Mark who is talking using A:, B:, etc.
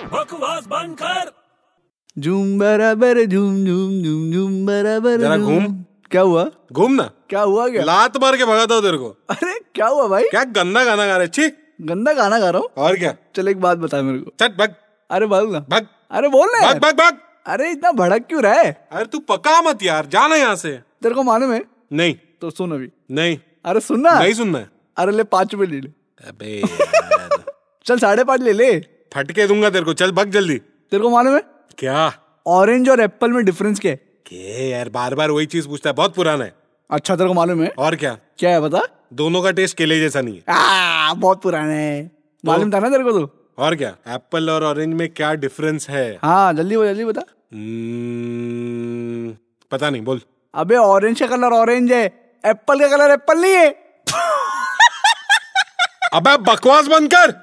A: आवाज बंद कर
B: झूम बराबर झूम झूम झूम झूम बराबर
C: जरा
B: झूम।
C: घूम।
B: क्या हुआ
C: घूम ना
B: क्या हुआ क्या
C: लात मार के भगाता हूँ तेरे को
B: अरे क्या हुआ भाई
C: क्या गंदा गाना गा रहा है छी
B: गंदा गाना गा रहा हूँ
C: और क्या
B: चल एक बात बता मेरे को
C: चट भग
B: अरे बोल ना
C: भग
B: अरे बोल ना
C: भग
B: यार।
C: भग भग
B: अरे इतना भड़क क्यों रहा है
C: अरे तू पका मत यार जाना यहाँ से
B: तेरे को मालूम है
C: नहीं
B: तो सुन अभी
C: नहीं
B: अरे सुनना
C: नहीं सुनना है
B: अरे ले पाँच रुपए ले ले
C: अबे यार,
B: चल साढ़े पाँच ले ले तेरे
C: फटके दूंगा तेरे को चल भग जल्दी
B: को मालूम है
C: क्या
B: ऑरेंज और एप्पल में डिफरेंस क्या है
C: के यार बार बार वही चीज पूछता है बहुत पुराना है
B: अच्छा तेरे को मालूम है
C: और क्या
B: क्या है बता
C: दोनों का टेस्ट केले जैसा नहीं है
B: आ, बहुत पुराना है मालूम था ना तेरे को तो
C: और क्या एप्पल और ऑरेंज में क्या डिफरेंस है
B: हाँ जल्दी बता जल्दी बता
C: हम्म, पता नहीं बोल
B: अबे ऑरेंज का कलर ऑरेंज है एप्पल का कलर एप्पल नहीं है
C: अबे बकवास बंद कर